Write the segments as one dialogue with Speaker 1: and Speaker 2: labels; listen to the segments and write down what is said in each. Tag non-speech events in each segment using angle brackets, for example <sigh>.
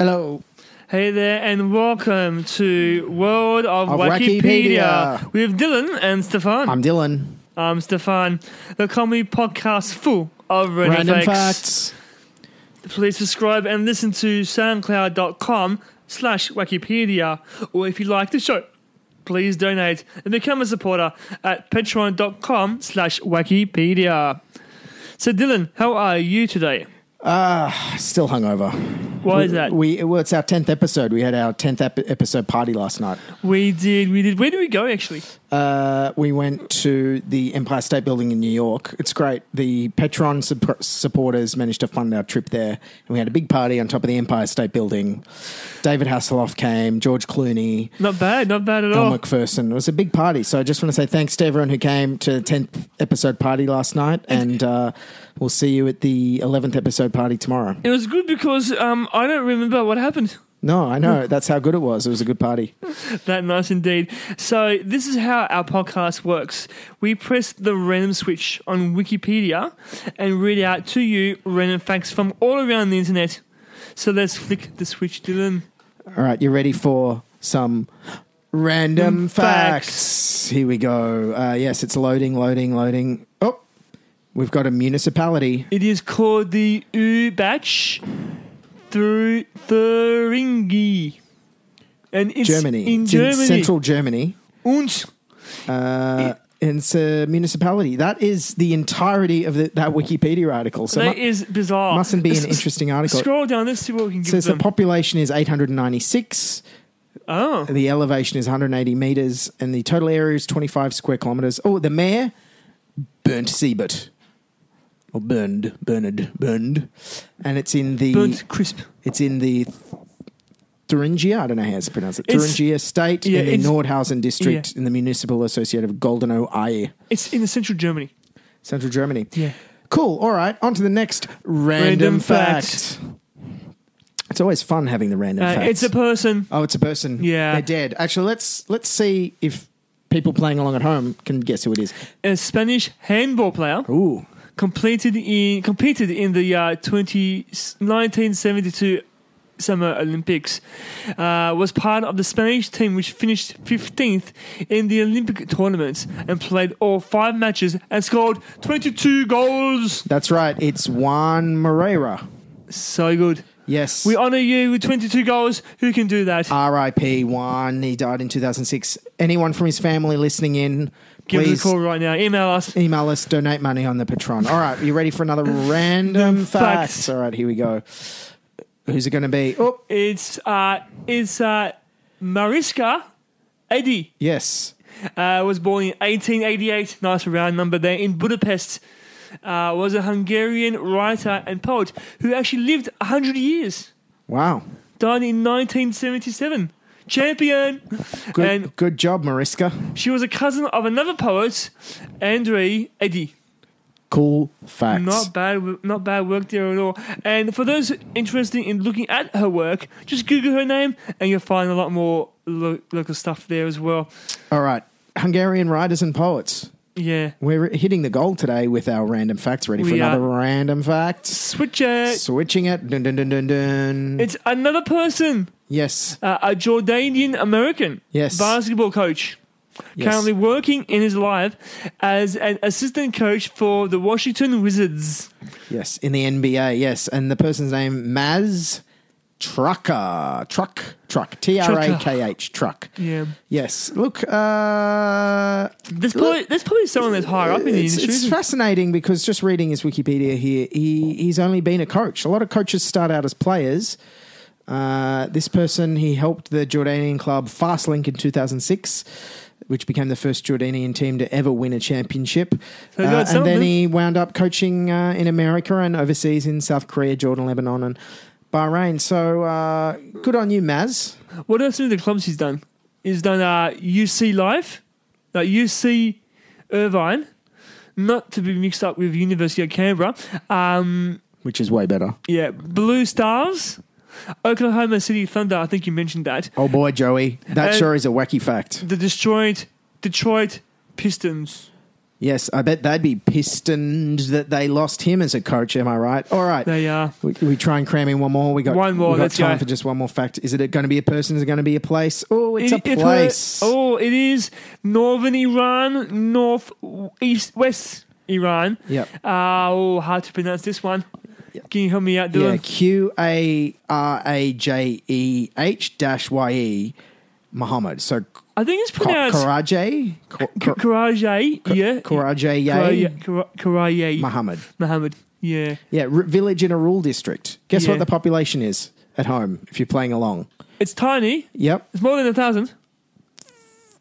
Speaker 1: Hello.
Speaker 2: Hey there, and welcome to World of,
Speaker 1: Of
Speaker 2: Wikipedia.
Speaker 1: Wikipedia.
Speaker 2: with Dylan and Stefan. I'm,
Speaker 1: I'm Dylan.
Speaker 2: Stefan, the comedy podcast full of random,
Speaker 1: Random
Speaker 2: facts.
Speaker 1: facts.
Speaker 2: Please subscribe and listen to soundcloud.com slash Wikipedia. Or if you like the show, please donate and become a supporter at patreon.com slash Wikipedia. So, Dylan, how are you today?
Speaker 1: Still hungover.
Speaker 2: Why is that?
Speaker 1: We well, it's our tenth episode. We had our tenth ep- episode party last night.
Speaker 2: We did, we did. Where did we go, actually?
Speaker 1: Uh, we went to the Empire State Building in New York. It's great. The Petron sup- supporters managed to fund our trip there, and we had a big party on top of the Empire State Building. David Hasselhoff came, George Clooney,
Speaker 2: Not bad, not bad at all.
Speaker 1: Don McPherson. It was a big party. So I just want to say thanks to everyone who came to the tenth episode party last night, and uh, we'll see you at the eleventh episode party tomorrow.
Speaker 2: It was good because um, I don't remember what happened. <laughs>
Speaker 1: No, I know. That's how good it was. It was a good party.
Speaker 2: That nice indeed. So this is how our podcast works. We press the random switch on Wikipedia and read out to you random facts from all around the internet. So let's flick the switch, Dylan.
Speaker 1: All right, you ready for some random
Speaker 2: Mm, facts.
Speaker 1: facts? Here we go. Uh, yes, it's loading, loading, loading. Oh, we've got a municipality.
Speaker 2: It is called the Ubach through Thuringi. And it's
Speaker 1: Germany.
Speaker 2: in
Speaker 1: It's
Speaker 2: Germany.
Speaker 1: central Germany.
Speaker 2: Und
Speaker 1: Uh, and it's a municipality. That is the entirety of the, that Wikipedia article. So
Speaker 2: that
Speaker 1: mu-
Speaker 2: is bizarre.
Speaker 1: mustn't be
Speaker 2: S-
Speaker 1: an
Speaker 2: s-
Speaker 1: interesting article. It
Speaker 2: Scroll down, let's see what we can give
Speaker 1: says the
Speaker 2: them.
Speaker 1: population is 896.
Speaker 2: oh,
Speaker 1: The elevation is 180 meters, and the total area is 25 square kilometers. Oh, the mayor, Bernd Siebert, or Bernd, Bernard, Bernd, and it's in the
Speaker 2: burnt crisp.
Speaker 1: it's in the Thuringia. I don't know how to pronounce it.
Speaker 2: It's-
Speaker 1: Thuringia State
Speaker 2: yeah,
Speaker 1: in the
Speaker 2: it's-
Speaker 1: Nordhausen district in the municipal associated of Goldenow Aie,
Speaker 2: It's in central Germany.
Speaker 1: Central Germany.
Speaker 2: Yeah.
Speaker 1: Cool. All right. On to the next random,
Speaker 2: Random
Speaker 1: fact.
Speaker 2: fact.
Speaker 1: It's always fun having the random
Speaker 2: Uh,
Speaker 1: facts.
Speaker 2: it's a person.
Speaker 1: Oh, it's a person.
Speaker 2: Yeah.
Speaker 1: they're dead. Actually, let's let's see if people playing along at home can guess who it is.
Speaker 2: A Spanish handball player
Speaker 1: Ooh,
Speaker 2: completed in competed in the uh, 20, 1972 Summer Olympics. Uh, was part of the Spanish team which finished 15th in the Olympic tournament and played all five matches and scored 22 goals.
Speaker 1: that's right. It's Juan Moreira.
Speaker 2: So good.
Speaker 1: Yes.
Speaker 2: We honor you with 22 goals. Who can do that?
Speaker 1: Uh, R.I.P. Juan. He died in 2006. Anyone from his family listening in,
Speaker 2: Give us
Speaker 1: please
Speaker 2: a call right now. Email us.
Speaker 1: email us, donate money on the Patron. All right, you ready for
Speaker 2: <laughs>
Speaker 1: another random
Speaker 2: fact.
Speaker 1: fact? All right, here we go. Who's it going to be? Oh,
Speaker 2: It's uh, it's uh, Mariska Eddy.
Speaker 1: yes.
Speaker 2: Uh, was born in 1888, nice round number there, in Budapest. Uh, was a Hungarian writer and poet who actually lived 100 years.
Speaker 1: Wow.
Speaker 2: Died in 1977. Champion!
Speaker 1: Good,
Speaker 2: And
Speaker 1: good job, Mariska.
Speaker 2: she was a cousin of another poet, Andrei Eddy.
Speaker 1: Cool facts.
Speaker 2: Not bad, not bad work there at all. And for those interested in looking at her work, just Google her name, and you'll find a lot more lo- local stuff there as well.
Speaker 1: All right, Hungarian writers and poets.
Speaker 2: Yeah,
Speaker 1: We're hitting the goal today with our random facts. Ready for
Speaker 2: We
Speaker 1: another random fact?
Speaker 2: switch it.
Speaker 1: Switching it. Dun, dun, dun, dun, dun.
Speaker 2: It's another person,
Speaker 1: yes.
Speaker 2: uh, a Jordanian American
Speaker 1: Yes.
Speaker 2: basketball coach,
Speaker 1: Yes.
Speaker 2: currently working in his life as an assistant coach for the Washington Wizards.
Speaker 1: Yes. In the NBA. Yes. And the person's name, Maz Trucker. Truck. Truck. T R A K H. Truck.
Speaker 2: Yeah,
Speaker 1: Yes. Look, uh,
Speaker 2: there's probably there's probably someone that's higher up in the
Speaker 1: it's,
Speaker 2: industry.
Speaker 1: it's
Speaker 2: isn't there?
Speaker 1: fascinating because just reading his Wikipedia here, he, he's only been a coach. A lot of coaches start out as players. Uh, this person, he helped the Jordanian club Fastlink in 2006, which became the first Jordanian team to ever win a championship.
Speaker 2: So
Speaker 1: Uh,
Speaker 2: that's
Speaker 1: and then
Speaker 2: something.
Speaker 1: he wound up coaching uh, in America and overseas in South Korea, Jordan, Lebanon, and Bahrain. So uh, good on you, Maz.
Speaker 2: What else in the clubs he's done? He's done uh, UC Life, like UC Irvine, not to be mixed up with University of Canberra. Um,
Speaker 1: Which is way better.
Speaker 2: yeah, Blue Stars, Oklahoma City Thunder. I think you mentioned that.
Speaker 1: Oh boy, Joey, that
Speaker 2: Uh,
Speaker 1: sure is a wacky fact.
Speaker 2: The Detroit Detroit Pistons.
Speaker 1: Yes, I bet they'd be pistoned that they lost him as a coach. Am I right? All right,
Speaker 2: They uh, are.
Speaker 1: we, we try and cram in one more. We got
Speaker 2: One more,
Speaker 1: We got
Speaker 2: let's
Speaker 1: time
Speaker 2: go.
Speaker 1: for just one more fact. Is it going to be a person? Is it going to be a place? Oh, it's
Speaker 2: It-
Speaker 1: a
Speaker 2: it were-
Speaker 1: place.
Speaker 2: oh, it is northern Iran, north east west Iran.
Speaker 1: Yep.
Speaker 2: Uh, oh, hard to pronounce this one. Can you help me out,
Speaker 1: Yeah,
Speaker 2: Dylan?
Speaker 1: Q A R A J E H dash Y E Muhammad. So
Speaker 2: I think it's
Speaker 1: Ko-
Speaker 2: pronounced
Speaker 1: Karaje, Ko- Ko-
Speaker 2: Karaje. Yeah.
Speaker 1: Karaje
Speaker 2: Karaje. Kara- Karaje.
Speaker 1: Muhammad.
Speaker 2: Mohammed. Yeah.
Speaker 1: Yeah, r- village in a rural district. Guess
Speaker 2: Yeah.
Speaker 1: what the population is at home if you're playing along.
Speaker 2: It's tiny.
Speaker 1: Yep,
Speaker 2: It's more than a thousand.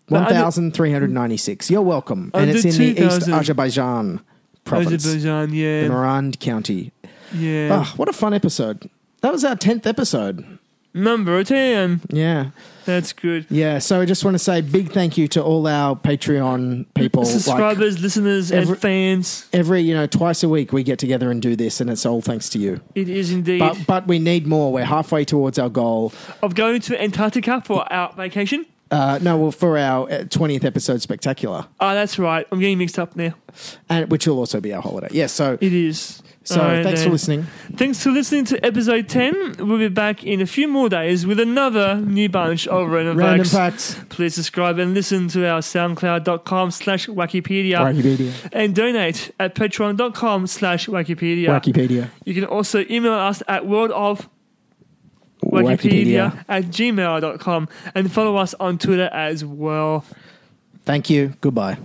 Speaker 2: But
Speaker 1: one
Speaker 2: under-
Speaker 1: thousand three hundred ninety-six. You're welcome, and
Speaker 2: Under
Speaker 1: it's in the East
Speaker 2: 2,000.
Speaker 1: Azerbaijan province,
Speaker 2: Azerbaijan.
Speaker 1: the
Speaker 2: Yeah.
Speaker 1: Morand County.
Speaker 2: Yeah.
Speaker 1: Ah, what a fun episode! That was our tenth episode.
Speaker 2: Number ten.
Speaker 1: Yeah.
Speaker 2: That's good.
Speaker 1: Yeah, so I just want to say big thank you to all our Patreon people. Like
Speaker 2: Subscribers, listeners,
Speaker 1: every-
Speaker 2: and fans.
Speaker 1: every, you know, twice a week we get together and do this, and it's all thanks to you.
Speaker 2: It is indeed.
Speaker 1: But but we need more. We're halfway towards our goal.
Speaker 2: of going to Antarctica for our vacation.
Speaker 1: Uh, no, well, for our twentieth episode spectacular,
Speaker 2: Oh, that's right. I'm getting mixed up now.
Speaker 1: and which will also be our holiday. Yeah, so
Speaker 2: It is.
Speaker 1: so
Speaker 2: All right,
Speaker 1: thanks
Speaker 2: then.
Speaker 1: for listening.
Speaker 2: Thanks for listening to episode 10. We'll be back in a few more days with another new bunch of random,
Speaker 1: Random
Speaker 2: facts.
Speaker 1: facts.
Speaker 2: Please subscribe and listen to our soundcloud.com slash Wikipedia
Speaker 1: Wikipedia.
Speaker 2: and donate at patreon.com slash Wikipedia.
Speaker 1: Wikipedia.
Speaker 2: You can also email us at worldofwikipedia at gmail.com and follow us on Twitter as well.
Speaker 1: Thank you. Goodbye.